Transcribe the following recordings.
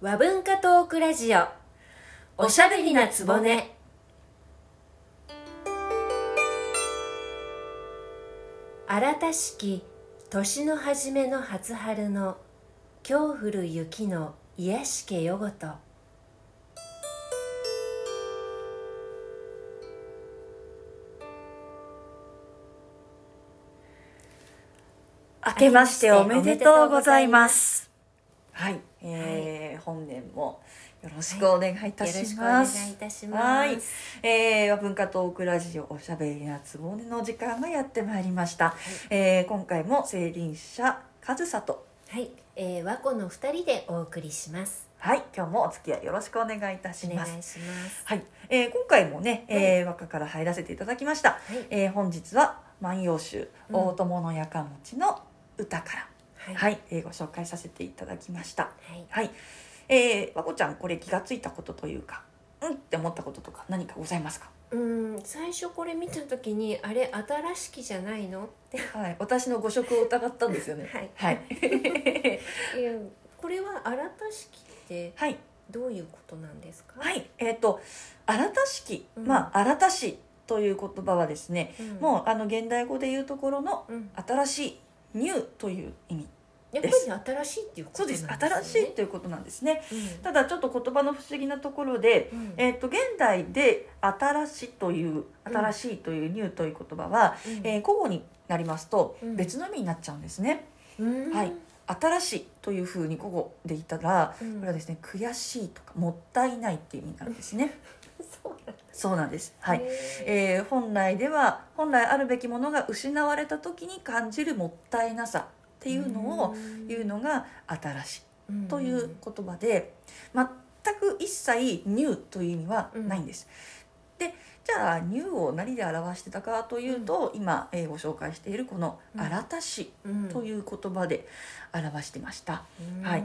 和文化トークラジオおしゃべりなつぼね新たしき年の初めの初春の今日降る雪の癒しけよごと明けましておめでとうございます。はい、えー本年もよろしくお願いいたよろししくおま願す。いいたしまはいす、えー、文化トークラジオおしゃべりなつぼねの時間がやってまいりました。えー今回も青林社和里。はいえー和子の二人でお送りしますはい、今日もお付き合いよろしくお願いいたしお願まいす。しますはい、えー今回もね、えー和歌から入らせていただきました。はいえー本日は万葉集、うん大友のやかもちの歌から。はいは、はいい、えーご紹介させていただきました。はい、えー、和子ちゃんこれ気がついたことというか、うんって思ったこととか何かございますか。うん最初これ見た時にあれ新しきじゃないのはい、私の誤植を疑ったんですよねはいはい、いやこれは新たしきって はい、どういうことなんですか、はいえっ、と新たしき、うんまあ新たしという言葉はですね、うんもうあの現代語でいうところのう、ん、新しいニューという意味。やっぱり新しいっていうことそうなんでですす、ね、新しいということなんですね。新しい、ただちょっと言葉の不思議なところで。うんえっと現代で「新しい」という「新しい」という「ニュー」という言葉は、うんえー古語になりますとうん別の意味になっちゃうんですね。うんはい新しいというふうに古語で言ったらうんこれはですね悔しいとかもったいないっていう意味になるんですね。 そうなんですそうなんです。はい。ねえー本来では本来あるべきものが失われた時に感じるもったいなさっていうのを言うのが新しいという言葉で全く一切ニューという意味はないんです。でじゃあニューを何で表してたかというと、今、えーご紹介しているこの「うん新たし」うんという言葉で表してました。うんはい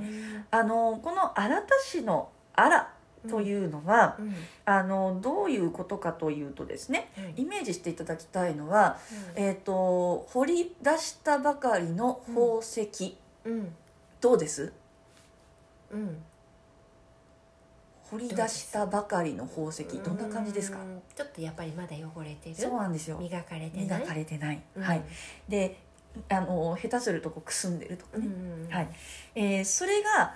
あのこの「新たし」の「あら」というのは、うんあのどういうことかというとですねはいイメージしていただきたいのは、うんえー、と掘り出したばかりの宝石、うんどうですうん掘り出したばかりの宝石どんな感じですかうんちょっとやっぱりまだ汚れてるそうなんですよ磨かれてな磨いかれてない、うんはい、であの下手するとこうくすんでるとかうね、んはいえーそれが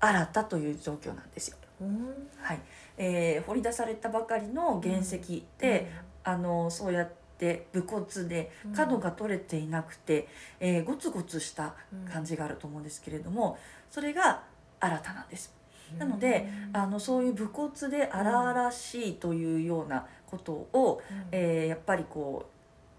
新たという状況なんですよ、うんはいえー掘り出されたばかりの原石で、あのそうやって武骨でうん角が取れていなくて、えーゴツゴツしたうん感じがあると思うんですけれどもそれが新たなんですなのでうんあのそういう武骨で荒々しいというようなことを、うんえーやっぱりこ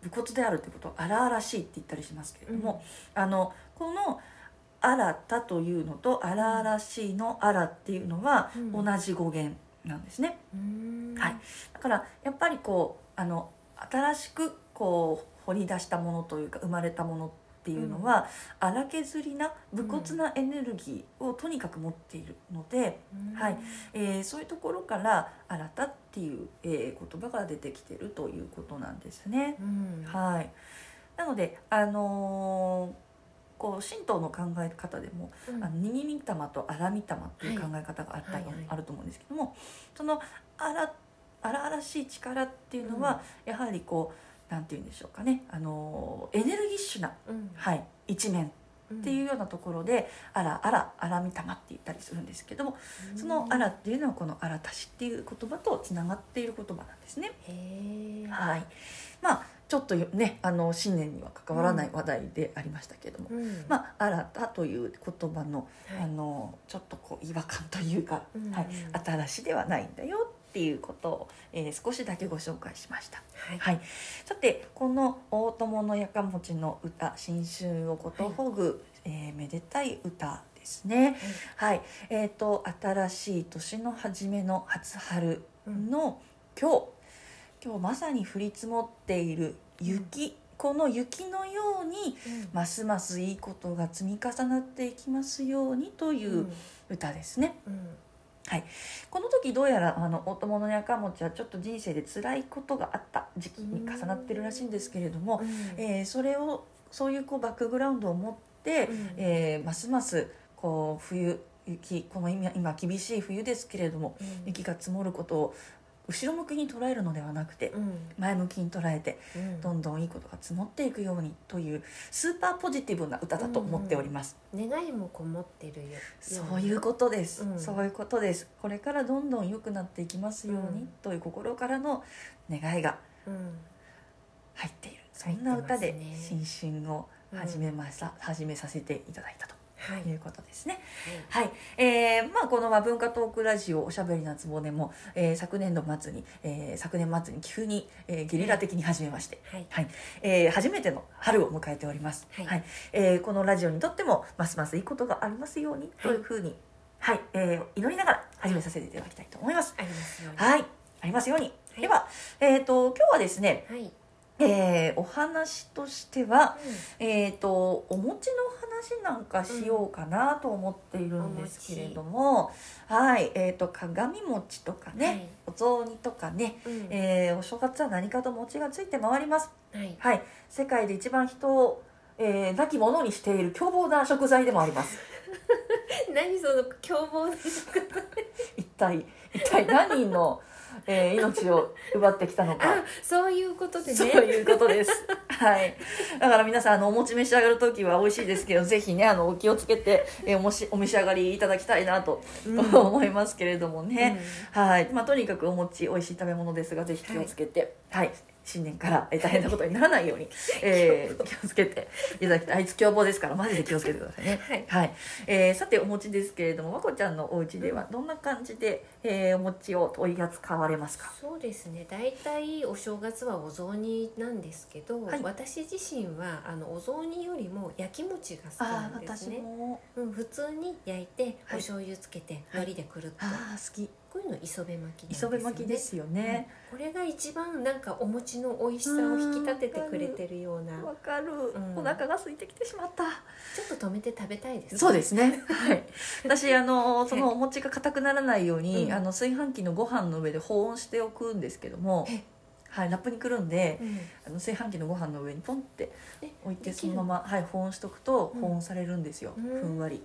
う武骨であるってことを荒々しいって言ったりしますけれども、あのこの「新た」というのと「荒々しい」の「荒」っていうのはうん同じ語源なんですね。うんはいだからやっぱりこうあの新しくこう掘り出したものというか生まれたものっていうのは荒削りな武骨なエネルギーをとにかく持っているので、うんはいえーそういうところから「新た」っていう、えー言葉が出てきてるということなんですね。うんはい、なので、あのーこう神道の考え方でも、うんあの握り玉と荒み玉っていう考え方があったり、はいはいあると思うんですけどもその荒荒々しい力っていうのは、やはりこうなんて言うんでしょうかね、あのーエネルギッシュな、うんはい、一面っていうようなところで「あらあら荒み玉」って言ったりするんですけどもその「あら」っていうのはこの「荒たし」っていう言葉とつながっている言葉なんですね。へえはい、まあちょっとよねあの新年には関わらない話題でありましたけれども、うんまあ、新たという言葉の,、はいあのちょっとこう違和感というか、うんはい、新しいではないんだよっていうことを、えー少しだけご紹介しました。はいはい、さてこの大友のやかもちの歌「新春をことほぐ、えーめでたい歌」ですね。はい、えっ、と新しい年の初めの初春うんの今日今日まさに降り積もっている雪、この雪のようにうんますますいいことが積み重なっていきますようにというんう歌ですね、うんこの時どうやらあの大友のやかもちはちょっと人生で辛いことがあった時期に重なってるらしいんですけれども、えーそれをそういうこうバックグラウンドを持って、うんえーますますこう冬雪この今今厳しい冬ですけれどもうん雪が積もることを後ろ向きに捉えるのではなくてうん前向きに捉えてうんどんどんいいことが積もっていくようにというスーパーポジティブな歌だと思っております、願いもこもってるよそういうことです、うんそういうことですこれからどんどん良くなっていきますように、うんという心からの願いがうん入っているそ入ってんな歌でますね新春を始めました、始めさせていただいたとはいいうことですねはい、えーまあ、このまあ文化トークラジオおしゃべりなつぼねも、えー昨年度末に、えー昨年末に急に、えーゲリラ的に始めまして、はいはいえー初めての春を迎えております、はいえーこのラジオにとってもますますいいことがありますようにというふうに、はいえー祈りながら始めさせていただきたいと思います。ありますよねはいありますように、はいでは、えー、と今日はですね、はいえーお話としては、えー、とお餅の話なんかしようかなと思っているんですけれども、はいえー、と鏡餅とかね、はいお雑煮とかね、うんえーお正月は何かと餅がついて回ります。はい はい、世界で一番人を、えー、亡き者にしている凶暴な食材でもあります。何その凶暴で しょうか一体一体何人の、えー、命を奪ってきたのかあ。そういうことでねそういうことです。 はい。だから皆さん、あの、お餅召し上がるときは美味しいですけど、ぜひね、あの、お気をつけて、えーおもし、お召し上がりいただきたいなと、うん 思いますけれどもね。うはい。まあ、とにかくお餅、美味しい食べ物ですが、ぜひ気をつけて、はい。新年からえー大変なことにならないように、えー 気をつけていただきたい。あいつ凶暴ですから、マジで気をつけてくださいね。はいえーさて、お餅ですけれども、和子ちゃんのお家では、どんな感じで、えーお餅を取り扱われますかそうですね大体お正月はお雑煮なんですけど、はい私自身はあのお雑煮よりも焼き餅が好きなんですね、も。うん、普通に焼いておはい醤油つけて、はい海苔でくるっと、ああ、好き。こういうの磯辺巻きなんです磯よね辺巻きですよね。これが一番なんかお餅の美味しさを引き立ててくれてるようなわかる、んお腹が空いてきてしまった。ちょっと止めて食べたいですねそうですね。はい。私 あのそのお餅が硬くならないように、うんあの炊飯器のご飯の上で保温しておくんですけどもえ、はいラップにくるんで、うんあの炊飯器のご飯の上にポンってえ置いてできそるのままはい保温しとくとうん保温されるんですよ、うんふんわり。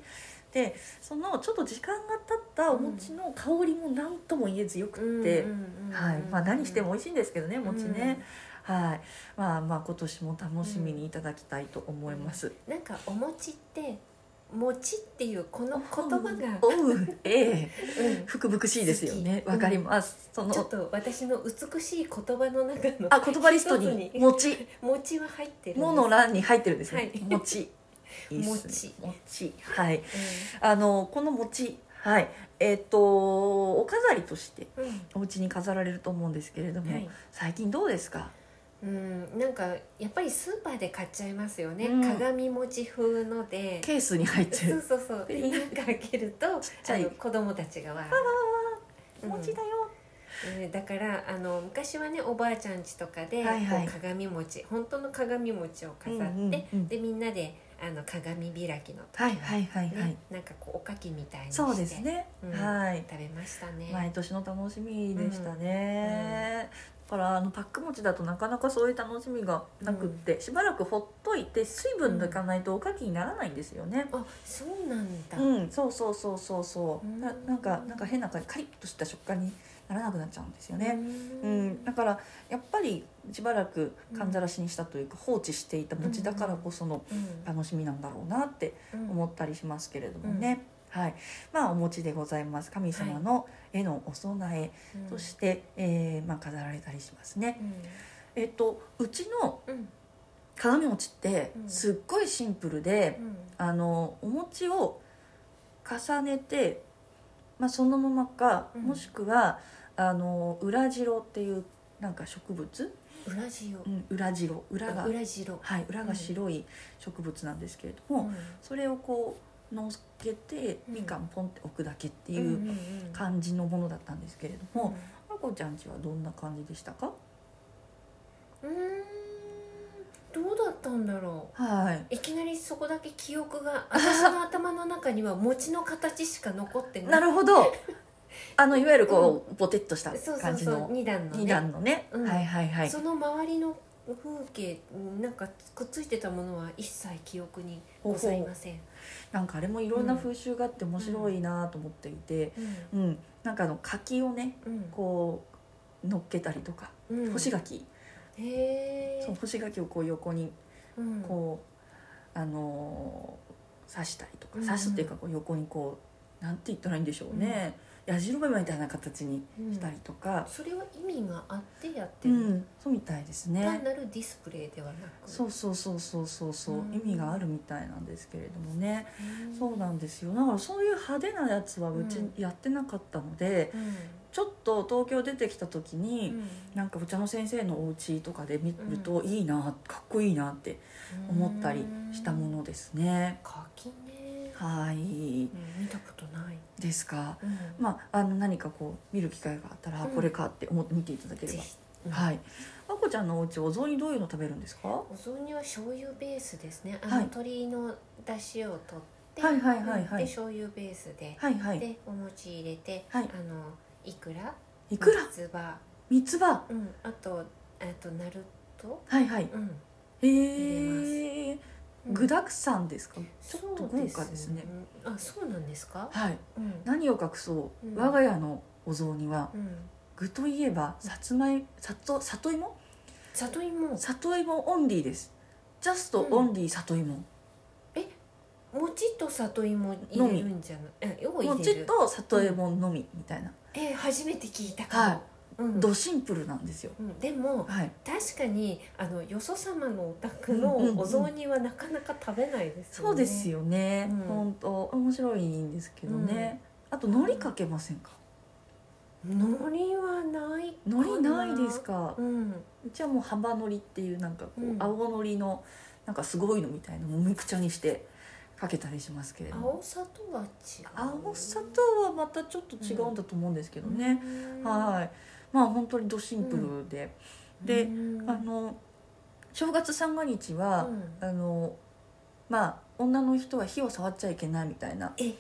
でそのちょっと時間が経ったお餅の香りも何とも言えずよくって、うんうんうんうんはいまあ、何しても美味しいんですけどねお餅ね。うんはい、まあまあ今年も楽しみにいただきたいと思います。なんかお餅って餅っていうこの言葉が、おう、ええ、うん福々しいですよね。好きわかります。そちょっの、と私の美しい言葉の中のあ、言葉リストに一つに餅、餅は入ってるんですもの欄に入ってるんですはねい。餅。いいっすね餅餅、はい、うあの、この餅、はい、えっと、お飾りとして。んうんお家に飾られると思うんですけれども、はい最近どうですか。うん、なんかやっぱりスーパーで買っちゃいますよね、うん鏡餅風のでケースに入ってそうる。そうそうでなんか開けるとっちゃいあの子供たちがわーうん餅だよ。えーだからあの昔はねおばあちゃん家とかで、はいはいこう鏡餅本当の鏡餅を飾って、うんうんうんでみんなであの鏡開きのとかはい、はい、はい、ねはい。なんかこうおかきみたいにしてそうですね。うんはい。食べましたね、毎年の楽しみでしたね、だからあのパック餅だとなかなかそういう楽しみがなくって、しばらくほっといて水分抜かないとおかきにならないんですよねあそうなんだ、うん、そうそうそうそうそううんななんかなんか変な感じカリッとした食感にならなくなっちゃうんですよね、ううんだからやっぱりしばらくかんざらしにしたというか放置していた餅だからこそのうん楽しみなんだろうなってうん思ったりしますけれどもね、はいまあお餅でございます神様の絵のお供え、うんそして、えーまあ、飾られたりしますねう。んえっとうちのうん鏡餅ってうんすっごいシンプルでう、んあのお餅を重ねて、まあ、そのままか、うんもしくはあの裏白っていうなんか植物、裏地をうん、裏白裏が裏地をはい、裏が白い植物なんですけれども、それをこうのっけてうんみかんポンって置くだけってていうう感じのものだったんですけれども、まこちゃんちはどんな感じでしたかうんうんどうだったんだろはい。ういきなりそこだけ記憶が私の頭の中には餅の形しか残ってないなる ほど。あのいわゆるこう、ぼてっとしたそうそ感うじそうの二段のね二段のね、うんはいはいはい。その周りの風景なんかくっついてたものは一切記憶にございません。なんかあれもいろんな風習があって面白いなと思っていて、うんなんかあの柿をねうんこう乗っけたりとか、うん干し柿へえその干し柿をこう横にうんこう、あのー刺したりとかうんうん刺すっていうかこう横にこうなんて言ったらいいんでしょうね、矢印みたいな形にうんしたりとか、それは意味があってやっうてんる、そうみたいですね。単なるディスプレイではなくそうそうそうそうそうそう、うん意味があるみたいなんですけれどもね、うんそうなんですよだからそういう派手なやつはうちうんやってなかったので、うんちょっと東京出てきた時うに、んなんかお茶の先生のお家とかで見うんるといいな、かっこいいなって思ったりしたものですね。柿ね、はいうん見たことない、ですか。うんまあ、あの何かこう見る機会があったら、あうんこれかって思って見ていただけれぜば、ひ、うんはいあこちゃんのお家お雑煮どういうの食べるんですかはお雑煮は醤油ベースですねあの、はい鶏の出汁を取って、はいはいはいはいで醤油ベースで、いはいでお餅入れて、はいあのいくらいくら三つ葉、三つ葉うん、あとあとナルト、はいはいうん、へえうん具沢山ですか、ちょっと豪華ですねあ、そうなんですか。はいうん。何を隠そう、うん我が家のお雑煮はうん。具といえばさつまい里里芋里芋。里芋オンリーですジャストオンリー里芋、餅と里芋入れるんじゃない。え、ようも入ちれっる。と里芋のみみたいな、え、初めて聞いたはかいも。うん。ドシンプルなんですようんでもはい確かにあのよそ様のお宅うんうんうんのお雑煮はなかなか食べないですそうですよよね、うん本当面白いんですけどね、あと海苔かけませんかね。海苔はないかな。海苔ないですかうん。うちはもう幅海苔っていうなんかこう、うん青海苔のなんかすごいのみたいなもみくちゃにしてかけたりしますけれども青さとは違う。青さとはまたちょっと違うんだと思うんですけどうんね、。はいまあ本当にドシンプルで、でうんあの正月三が日はう、んあのまあ女の人は火を触っちゃいけないみたいなえ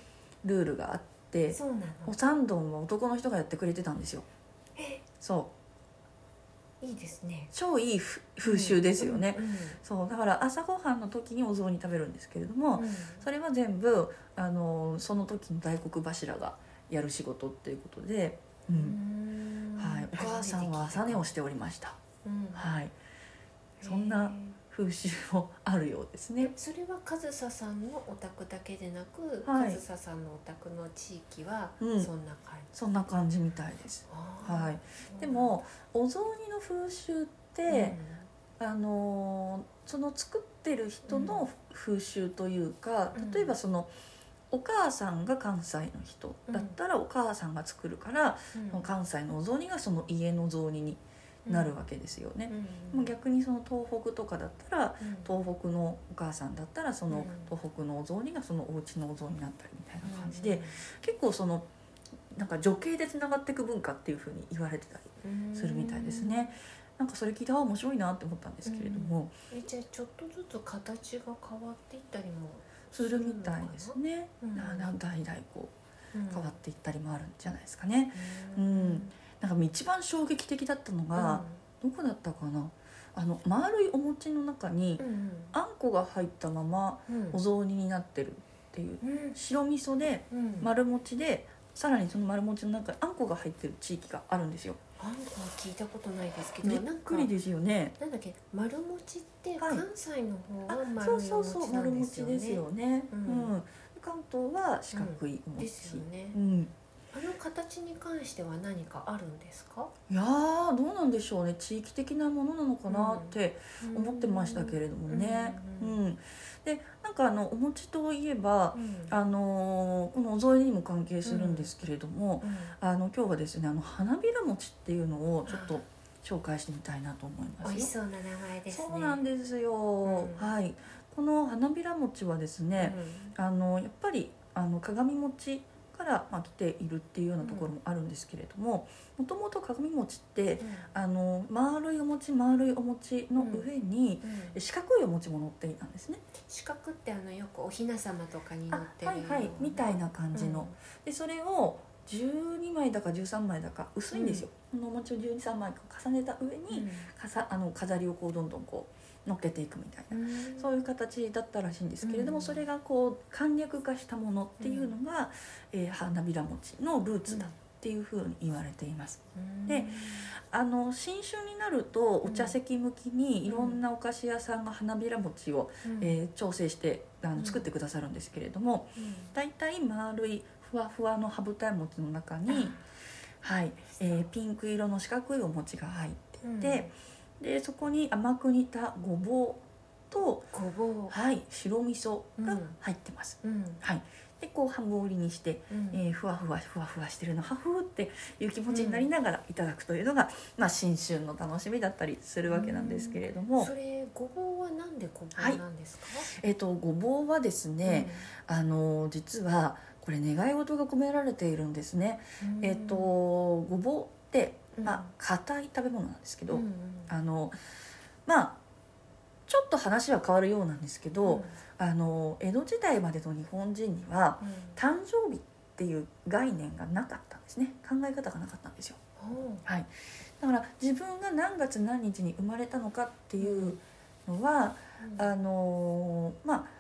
ルールがあってそうなの。お三丼は男の人がやってくれてたんですよそういいですね。超いいふ風習ですよね、うん。うんそうだから朝ごはんの時にお雑煮食べるんですけれども、うんそれは全部あのその時の大黒柱がやる仕事っていうことで、ううんんはい、お母さんは朝寝をしておりました、うんはい、そんな風習もあるようですへーねそれは和沙さんのお宅だけでなく、はい和沙さんのお宅の地域はそうんんな感じ、そんな感じみたいです、はあい、ーで、もお雑煮の風習って、あのーその作ってる人の風習というか、うん例えばそのお母さんが関西の人だったらお母さんが作るから、うんその関西のお雑煮がその家の雑煮になるわけですよね。もう逆にその東北とかだったらうん東北のお母さんだったらそうんの東北のお雑煮がそのお家のお雑煮になったりみたいな感じで、結構そのなんか女系でつながっていく文化っていうふうに言われてたりうんするみたいですね。なんかそれ聞いてあ面白いなって思ったんですけれども、えじゃあちょっとずつ形が変わっていったりもするみたいですね。うんなな代々こう変わっっていったりもあるんじゃないですかね。うんなんか一番衝撃的だったのが、どこだったかな。あの丸いお餅の中にうんうんあんこが入ったままうんお雑煮になってるっていううん白味噌でうん丸餅でさらにその丸餅の中にあんこが入ってる地域があるんですよあんこは聞いたことないですけどびっなんかくりですよねなんだっけ丸餅ってはい関西の方あは丸いそおうそうそう餅な丸んです餅よですねよ。ねううんん、関東は四角いおです餅よねう。んあの形に関しては何かあるんですか？いやーどうなんでしょうね地域的なものなのかなって思ってましたけど。れどもねう、うんんでなんかあのお餅といえばうんあのーこのお雑煮にも関係するんですけれども、うんあの今日はですねあの花びら餅っていうのをちょっと紹介してみたいなと思います美味よしそうな名前ですね。そうなんですよ、うんはいこの花びら餅はですね、あのやっぱりあの鏡餅から、まあ、来ているっていうようなところもあるんですけれどももともと鏡餅ってうん。あの丸いお餅丸いお餅の上に、うん四角いお餅も乗っていたんですね。四角ってあのよくお雛様とかに乗あってるはいはいみたいな感じの、でそれを12枚だか13枚だか薄いんですよ、このお餅を123枚重ねた上に、かさあの飾りをこうどんどんこう乗っけていくみたいな、そういう形だったらしいんですけれども、うんそれがこう簡略化したものっていうのが、えー花びら餅のルーツだっていうふうに言われています。であの新春になるとお茶席向きにいろんなお菓子屋さんが花びら餅を、えー調整してあうんの作ってくださるんですけれども、だいたい丸いふわふわの羽二重餅の中に、はいえーピンク色の四角いお餅が入ってて、でそこに甘く煮たごぼうと、ごぼうはい、白味噌うがん入ってます。うんはい、でこう半分折りにして、うんえーふわふわふわふわしてるのはふーっていう気持ちになりながらいただくというのが、まあ、新春の楽しみだったりするわけなんですけれども、それごぼうはなんでごぼうなんですか、えー、とごぼうはですね、あの実はこれ願い事が込められているんですね。うん、えー、とごぼうって、うんまあ、硬い食べ物なんですけど、うんうんあのまあちょっと話は変わるようなんですけど、あの江戸時代までの日本人にはうん誕生日っていう概念がなかったんですね考え方がなかったんですよ、うんはい、だから自分が何月何日に生まれたのかっていうのは、うんあのーまあ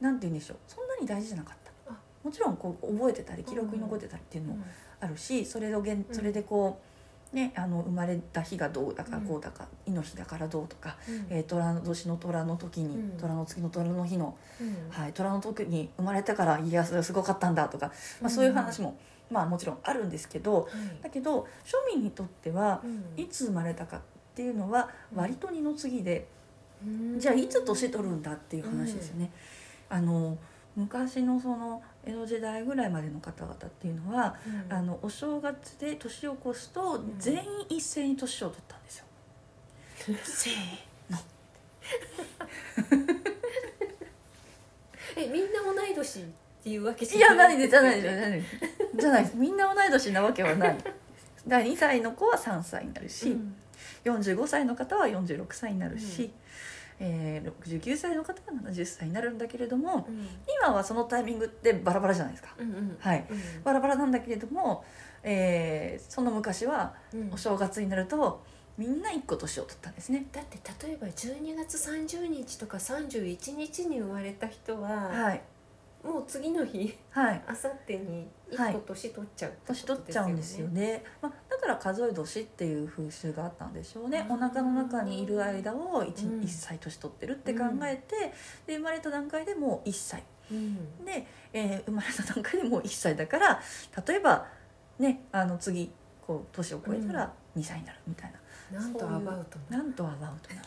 なんて言うんでしょうそんなに大事じゃなかったあもちろんこう覚えてたり記録に残ってたりっていうのもあるし、それをげんそれでこう、ね、あの生まれた日がどうだかうんこうだか「い、の日だからどう」とか、うんえー、虎の年の虎の時に、うん虎の月の虎の日のうんはい、虎の時に生まれたから家康がすごかったんだとか、まあ、そういう話も、まあ、もちろんあるんですけどだけど庶民にとってはうんいつ生まれたかっていうのは割と二の次で、うんじゃあいつ年取るんだっていう話ですよね。あの昔のその江戸時代ぐらいまでの方々っていうのは、うんあのお正月で年を越すとん全員一斉に年を取ったんですよ。せーのえみんな同い年っていうわけいや、ないでです、じゃないです、じゃないです。 じゃないです。みんな同い年なわけはない。第2歳の子は3歳になるし、うん45歳の方は46歳になるし、えー69歳の方は70歳になるんだけれどもうん今はそのタイミングってバラバラじゃないですか。うんうんはい、うんバラバラなんだけれども、えーその昔はうんお正月になるとみんな1個年を取ったんですね。だって例えば12月30日とか31日に生まれた人ははい、もう次の日はいあさってには1個い年取っちゃうってこと年取っちゃうんですよね、まあ、だから数え年っていう風習があったんでしょうねうおん腹の中にいる間を 1,、うん一歳年取ってるって考えて、で生まれた段階でもう1歳うんで、えー生まれた段階でもう1歳だから例えばねあの次こう年を超えたら2歳になるみたいな、なんとアバウトななんとアバウトな、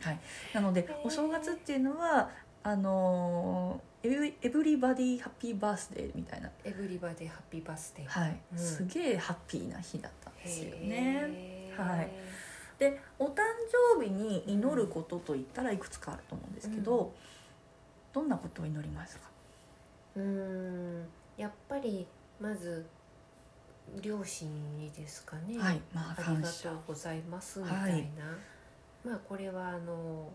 はい、なのでーお正月っていうのはあのーエブエブリバディハッピーバースデーみたいな、エブリバディハッピーバースデーはいうんすげえハッピーな日だったんですよね。へーはいでお誕生日に祈ることといったらいくつかあると思うんですけど、うどんなことを祈りますかうーんやっぱりまず両親にですかね、はいまああり感が謝とうございますみたいな、はいまあこれはあの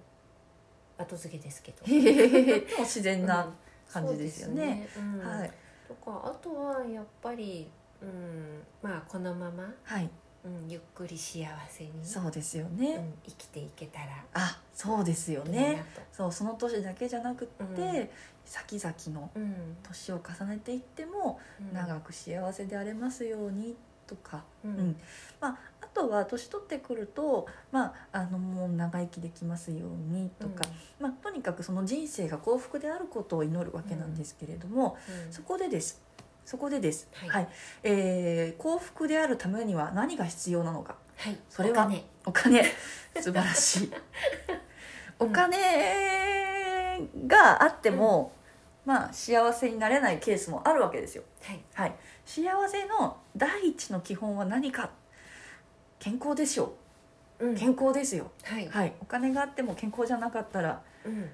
後付けですけどへへへへでも自然うなん感じですよね,、そうですねうんはいとかあとはやっぱり、うん、まあこのまま、はいうん、ゆっくり幸せに、そうですようね、ん、生きていけたらあそうですよいいなねそうその年だけじゃなくって、うん先々のと、うん年を重ねていってもうん、長く幸せであれますようにとか、うん、うんまあ、あとは年取ってくると、まあ、あのもう長生きできますようにとか、まあ、とにかくその人生が幸福であることを祈るわけなんですけれども、うん、そこでですそこでです、はいえー幸福であるためには何が必要なのかはいそれはお金 お金素晴らしいお金があっても、まあ、幸せになれないケースもあるわけですよ。はいはい、幸せの第一の基本は何か健康でしょう、うん健康ですよ、はい、はい、お金があっても健康じゃなかったらうん、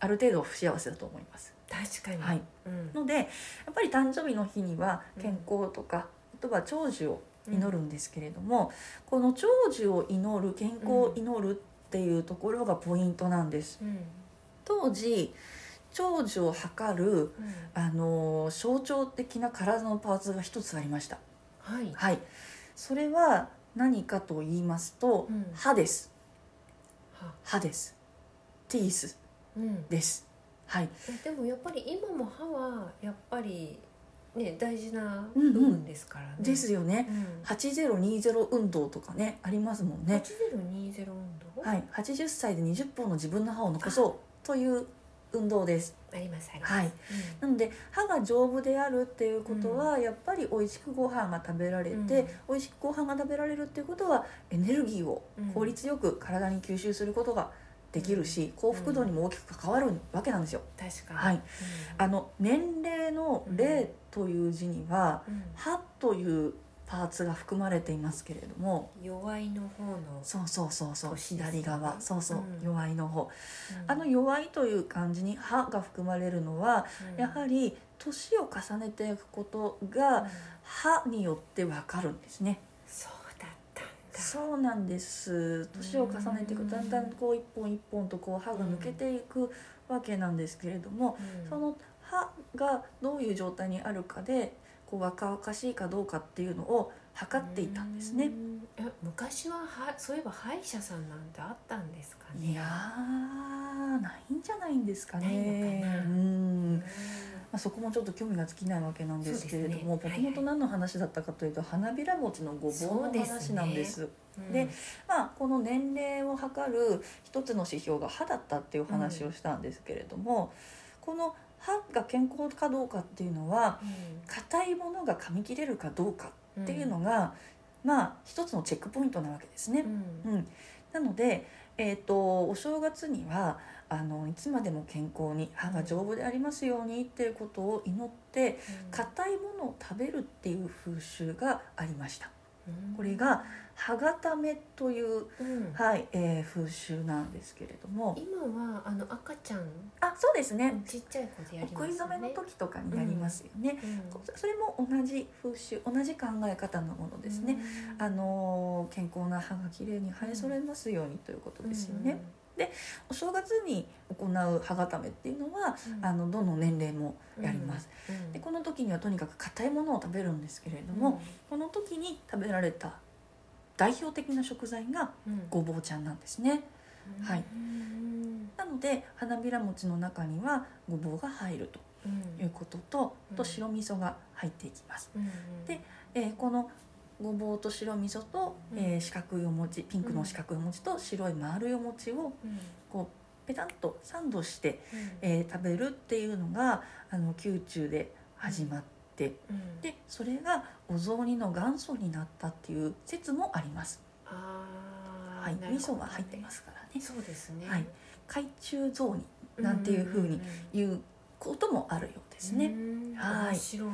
ある程度不幸せだと思います、確かに、はい、うん、のでやっぱり誕生日の日には健康とか、あとは長寿を祈るんですけれども、この長寿を祈る健康を祈るっていうところがポイントなんです、うん、当時長寿を測るうんあの象徴的な体のパーツが一つありました。はいはい、それは何かと言いますと、うん歯ですは歯ですティースうんですはいえでもやっぱり今も歯はやっぱりね大事なうんう部ん分ですからね、ですよねうん8020運動とかねありますもんね、 8020運動、はい、80歳で20本の自分の歯を残そうという運動ですありますあります、はいうんなので歯が丈夫であるっていうことは、やっぱり美味しくご飯が食べられて、うん美味しくご飯が食べられるっていうことはエネルギーをうん効率よく体に吸収することができるし、幸福度にも大きく関わるわけなんですよ。確かに、はい、うん、あの年齢の「齢」という字には「歯」というパーツが含まれていますけれどもうん弱いの方の、そうそうそうそう年ですね左側そうそう、うん弱いの方うんあの「弱い」という漢字に「歯」が含まれるのはやはり、り年を重ねていくことがうん歯によってわかるんですね。そうだったんだそうなんです。年を重ねていくうんだんだんこう一本一本とこう歯が抜けていくわけなんですけれども、うんその歯がどういう状態にあるかでこう若々しいかどうかっていうのを測っていたんですうね。んえ昔ははそういえば歯医者さんなんてあったんですかねいやーないんじゃないんですかね。ないのかなうんうん。まあ、そこもちょっと興味が尽きないわけなんですけれどそも、うですねはいもともと何の話だったかというと花びら餅のごぼうの話なんですそうんでまあ、この年齢を測る一つの指標が歯だったっていう話をしたんですけれども、この歯が健康かどうかっていうのは硬いものが噛み切れるかどうかうんっていうのが、まあ一つのチェックポイントなわけですねう。んうんなので、えー、とお正月にはあのいつまでも健康に歯が丈夫でありますようにっていうことを祈って硬いものを食べるっていう風習がありました。うんこれが歯固めといううんはい、えー、風習なんですけれども今はあの赤ちゃんあそうですねちっちゃい子でやおりま食すいよ初めのね時とかになりますよね、うんそれも同じ風習同じ考え方のものですね、うんあのー健康な歯がきれいに生え揃えますようにということですよね、お正月に行う歯固めっていうのはうんうんあのどの年齢もやります、うんでこの時にはとにかく硬いものを食べるんですけれども、この時に食べられた代表的な食材がうんごぼうちゃんなんですね、うんはいうんなので花びら餅の中にはごぼうが入るとうんいうことと、うんと白味噌が入っていきます、うんでえーこのごぼうと白味噌と、うんえー四角いお餅ピンクの四角いお餅と白い丸いお餅をうんうんこうペタンとサンドして、えー食べるっていうのがあの宮中で始まってうんでそれがお雑煮の元祖になったっていう説もあります、あーはい、なる味ほど噌が入ってますからねそうですねはい海中雑煮なんていうふうにいうこともあるようでですね。はい面白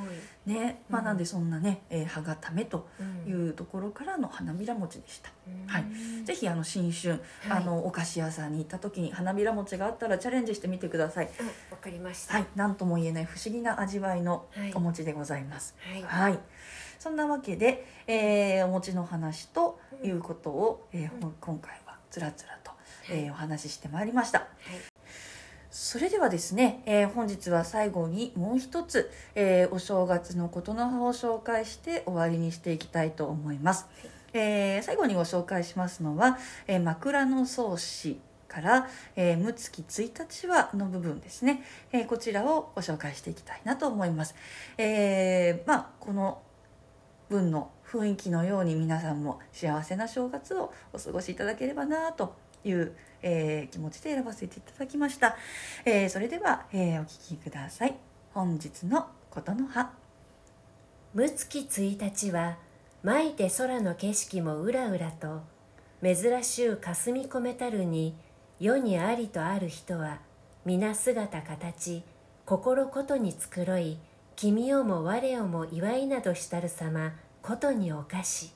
いね、まあ、うんなんでそんなね、えー、歯固めとうんいうところからの花びら餅でした。うんはいぜひあの新春、はいあのお菓子屋さんに行った時に花びら餅があったらチャレンジしてみてください。うんわかりましたはい、なんとも言えない不思議な味わいのはいお餅でございます。はいはい、そんなわけで、えーお餅の話ということを、えーほん今回はつらつらと、えーお話ししてまいりました。はいそれではですね、えー本日は最後にもう一つ、えーお正月のことの葉を紹介して終わりにしていきたいと思います、えー最後にご紹介しますのは「えー枕草子」から「えー六月1日は」の部分ですね、えーこちらをご紹介していきたいなと思います、えーまあこの文の雰囲気のように皆さんも幸せな正月をお過ごしいただければなという、えー気持ちで選ばせていただきました、えーそれでは、えーお聴きください本日のことの葉六月1日はまいて空の景色もうらうらと珍しゅう霞み込めたるに世にありとある人は皆姿形心ことに繕い君をも我をも祝いなどしたる様ことにおかし